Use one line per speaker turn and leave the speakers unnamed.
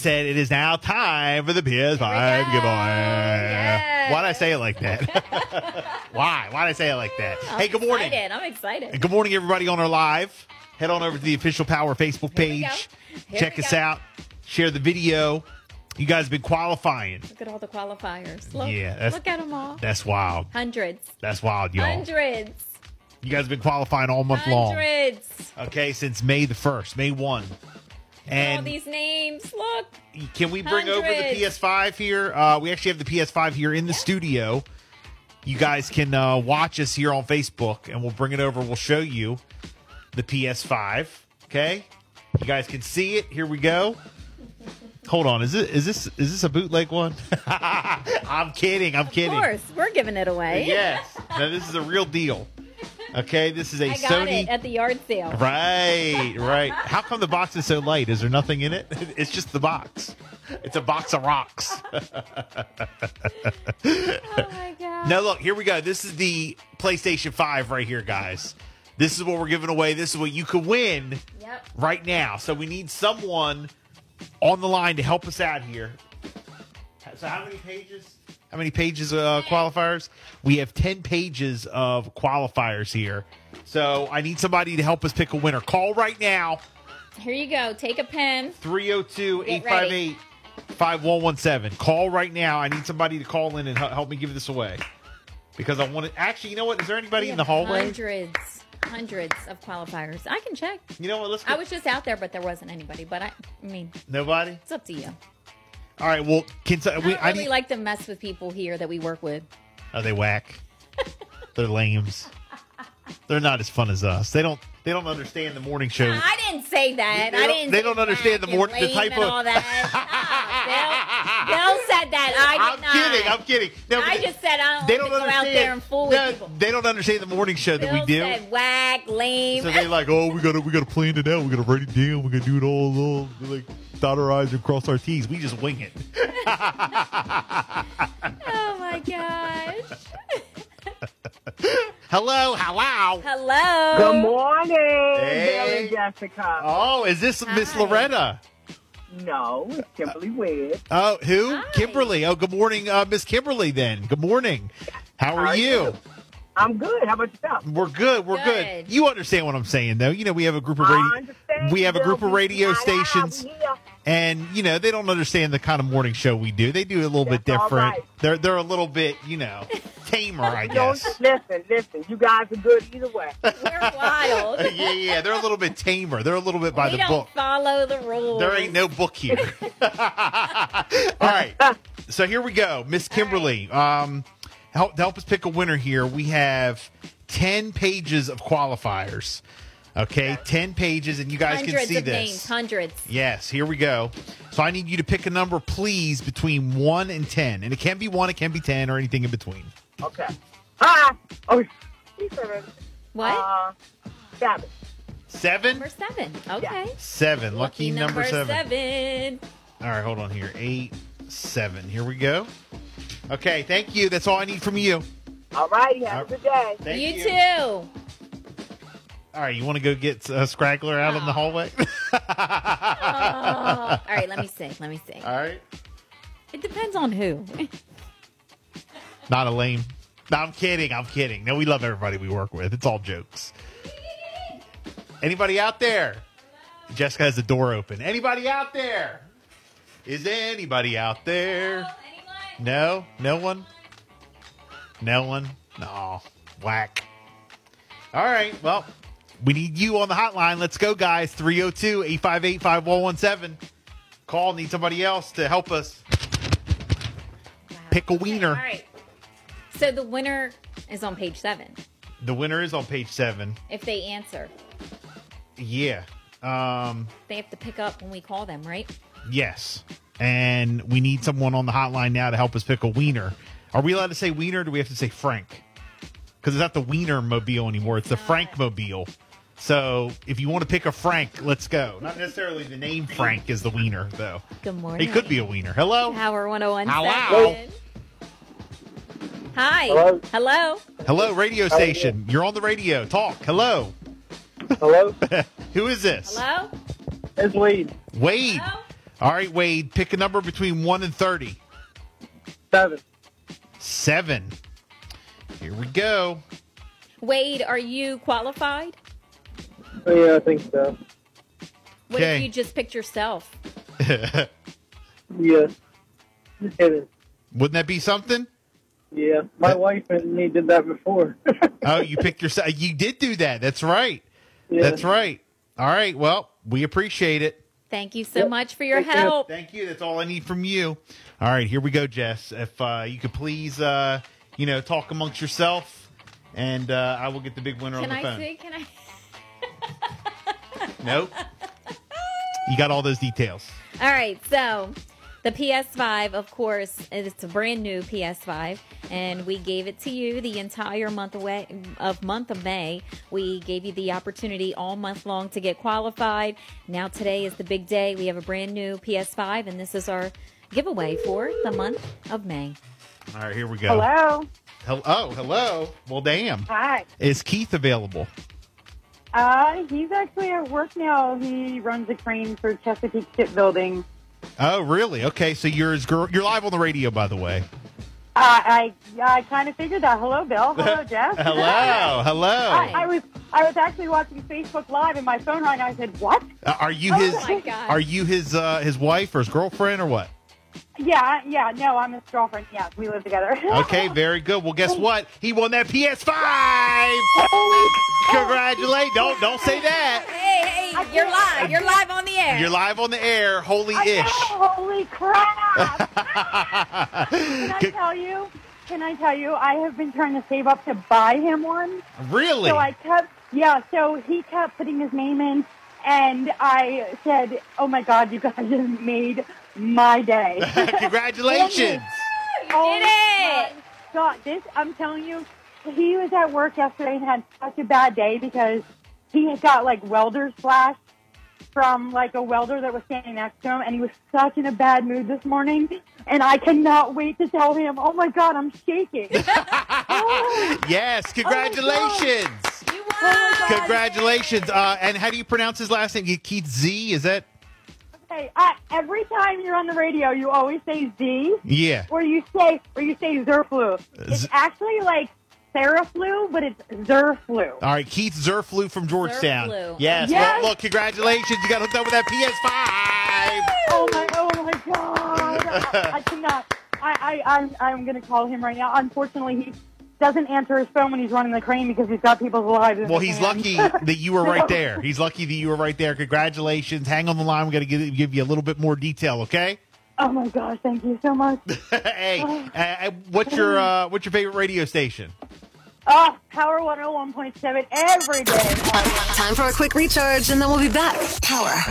said it is now time for the PS5
Here we go.
giveaway.
Yes.
Why'd I say it like that? Why? Why'd I say it like that? hey, good morning.
Excited. I'm excited.
Good morning, everybody on our live. Head on over to the official Power Facebook
we
page.
go. Here
Check
we
us
go.
out. Share the video. You guys been qualifying.
Look at all the qualifiers. Look,
Yeah, that's-
look at them all.
That's wild.
Hundreds.
That's wild, y'all.
Hundreds.
You guys been qualifying all month long.
Hundreds.
Okay, since May the 1st, May 1.
all
And
these names. Look.
Can we bring over
Hundreds.
the PS5 here? Uh, we actually have the PS5 here in the studio. You guys can uh, watch us here on Facebook, and we'll bring it over. We'll show you the PS5. Okay, you guys can see it. Here we go. Hold on, is it is this is this a bootleg one? I'm kidding. I'm
Of
kidding.
course, we're giving it away.
Yes. No, this is a real deal. Okay, this is a
I got
Sony.
it at the yard sale.
Right, right. How come the box is so light? Is there nothing in it? It's just the box. It's a box of rocks.
Oh my god.
now look, here we go. This is the PlayStation 5 right here, guys. This is what we're giving away. This is what you could win
Yep.
right now. So we need someone on the line to help us out here. So how many pages? How many pages uh, qualifiers? We have 10 pages of qualifiers here. So I need somebody to help us pick a winner. Call right now.
Here you go. Take a pen.
302-858-5117. Call right now. I need somebody to call in and hel- help me give this away. Because I want to actually, you know what? Is there anybody in the hallway?
Hundreds. Hundreds of qualifiers. I can check.
You know what? Let's go.
I was just out there, but there wasn't anybody. But I, I mean,
Nobody?
it's up to you.
All right. Well, can so-
I
we,
don't
I
really
need,
like to mess with people here that we work with.
Are they whack? They're lames. They're not as fun as us. They don't. They don't understand the morning show.
I didn't say that.
They
I
don't-
didn't.
they
say
don't understand the
whack and
mor- the
lame
type
and
of-
all that. No, Bill, Bill said that. I
am
did not.
kidding. I'm kidding. No,
I
but
just said I don't.
they
like
don't
to go
understand.
out there and fool
No,
with people.
They don't understand the morning show that
Bill
we do.
said whack, lame.
So they like, oh, we gotta we gotta plan it out. We gotta write it down. We gotta do it all along. We, like dot our I's and cross our T's. We just wing it.
oh my gosh.
Hello, hello.
Hello.
Good morning,
Hey.
Bill and Jessica.
Oh, is this Miss
Hi.
Loretta?
No, it's Kimberly Webb.
Oh, who?
Hi.
Kimberly. Oh, good morning, uh, Miss Kimberly. Then good morning. How are
How are
you?
I'm good. How about yourself?
We're good. We're good.
Good.
You understand what I'm saying, though. You know, we have a group of
I
radio.
understand
We have a
you,
group of
Bill.
radio
Nah, nah, we
stations,
here.
and you know they don't understand the kind of morning show we do. They do it a little bit
That's all
different.
right.
They're they're a little bit, you know, tamer, I
You don't-
guess.
Listen, listen. You guys are good either way.
We're wild.
Uh, yeah, yeah, they're a little bit tamer. They're a little bit by
we
the
don't
book.
follow the rules.
There ain't no book here. All right, so here we go, Miss Kimberly. Um, help help us pick a winner here. We have ten pages of qualifiers. Okay, ten pages, and you guys
hundreds
can see
of
this.
names. Hundreds.
Yes, here we go. So I need you to pick a number, please, between one and ten, and it can be one, it can be ten, or anything in between.
Okay. Hi. Oh, she said,
What?
Uh, seven.
Seven,
number seven. Okay.
seven. Lucky, number,
seven.
All right, hold on here. Eight, seven. Here we go. Okay, thank you. That's all I need from you.
All righty. Have a good day.
Thank
you, too.
All right, you want to go get a scraggler out in the
Aw.
hallway?
Oh. All right, let me see. Let me see.
all right.
It depends on who.
Not a lame. No, I'm kidding. I'm kidding. No, we love everybody we work with. It's all jokes. Anybody out there? Jessica has the door open. Anybody out there? Is anybody out there? No, no one. No one. No. Whack. All right. Well, we need you on the hotline. Let's go, guys. 302 858 5117. Call. Need somebody else to help us pick a wiener.
All right. So the winner is on page seven.
The winner is on page seven.
If they answer,
Yeah. Um,
they have to pick up when we call them, right?
yes. And we need someone on the hotline now to help us pick a wiener. Are we allowed to say wiener? Or do we have to say Frank? Because it's not the wiener mobile anymore. It's the Frank mobile. So if you want to pick a Frank, let's go. Not necessarily the name Frank is the wiener though.
Good
He
morning.
could be a wiener. Hello.
Power 101.
Hello.
Hi.
Hello.
Hello.
Hello, radio station. You're on the radio. Talk. Hello.
Hello.
Who is this?
Hello.
It's Lee.
Wade.
Hello?
All right, Wade, pick a number between 1 and 30.
Seven.
7. Here we go.
Wade, are you qualified?
Oh, Yeah, I think so.
What
Okay.
if you just picked yourself?
Yeah. Just kidding.
Wouldn't that be something?
Yeah. My wife and me did that before.
Oh, you picked yourself. You did do that. That's right.
Yeah.
That's right. All right. Well, we appreciate it.
Thank you so
Yep.
much for your
Thank you.
help.
Thank you. That's all I need from you. All right, here we go, Jess. If uh, you could please, uh, you know, talk amongst yourself, and uh, I will get the big winner
Can
on the
I
phone.
see? Can I?
Nope. you got all those details.
All right, so the PS5, of course, it's a brand new PS5, and we gave it to you the entire month away of month of May. We gave you the opportunity all month long to get qualified. Now today is the big day. We have a brand new PS5, and this is our giveaway for the month of May.
All right, here we go.
Hello.
Hel- oh, hello. Well, damn.
Hi.
Is Keith available?
Uh, he's actually at work now. He runs a crane for Chesapeake Shipbuilding.
Oh, really? Okay, so you're his girl. You're live on the radio, by the way.
Uh, I I kind of figured that. Hello, Bill. Hello, Jeff.
Hello, hello.
Hi.
I, I was I was actually watching Facebook Live, and my phone rang. and I said, "What?
Uh, Are you
Oh
his?
Oh my God.
Are you his uh, his wife or his girlfriend or what?
Yeah, yeah. No, I'm his girlfriend. Yeah, we live together.
Okay, very good. Well, guess what? He won that PS5.
Holy-
Congratulate! Don't don't say that.
Hey, hey, you're live. You're live on the air.
You're live on the air. Holy
I know,
ish.
holy crap! Can I
Good-
tell you? Can I tell you? I have been trying to save up to buy him one.
Really?
So I kept, yeah. So he kept putting his name in, and I said, "Oh my God, you guys have made my day."
Congratulations.
oh
did it.
my God, this I'm telling you, he was at work yesterday and had such a bad day because he had got like welder's flash from like a welder that was standing next to him, and he was such in a bad mood this morning. And I cannot wait to tell him. Oh my God, I'm shaking. Oh,
Yes, congratulations.
You
my
won.
God.
Congratulations. Uh, and how do you pronounce his last name? Keith Z? Is that?
okay, I, every time you're on the radio, you always say Z.
Yeah.
Or you say, or you say Zerflu. It's
Z-
actually like Seraflu, but it's Zerflu.
All right, Keith Zerflu from Georgetown.
Zerflew.
Yes.
Yes.
Well, look, congratulations. You got hooked up with that PS5.
Oh my! Oh my God! I, I cannot. I, I, I'm, I'm going to call him right now. Unfortunately, he doesn't answer his phone when he's running the crane because he's got people's lives. in
Well, he's
his hands.
lucky that you were right there. He's lucky that you were right there. Congratulations. Hang on the line. We're going to give, give you a little bit more detail, okay?
oh my gosh! Thank you so much.
hey, uh, uh, what's your uh, what's your favorite radio station?
Oh, Power 101.7 every day.
Time for a quick recharge, and then we'll be back. Power.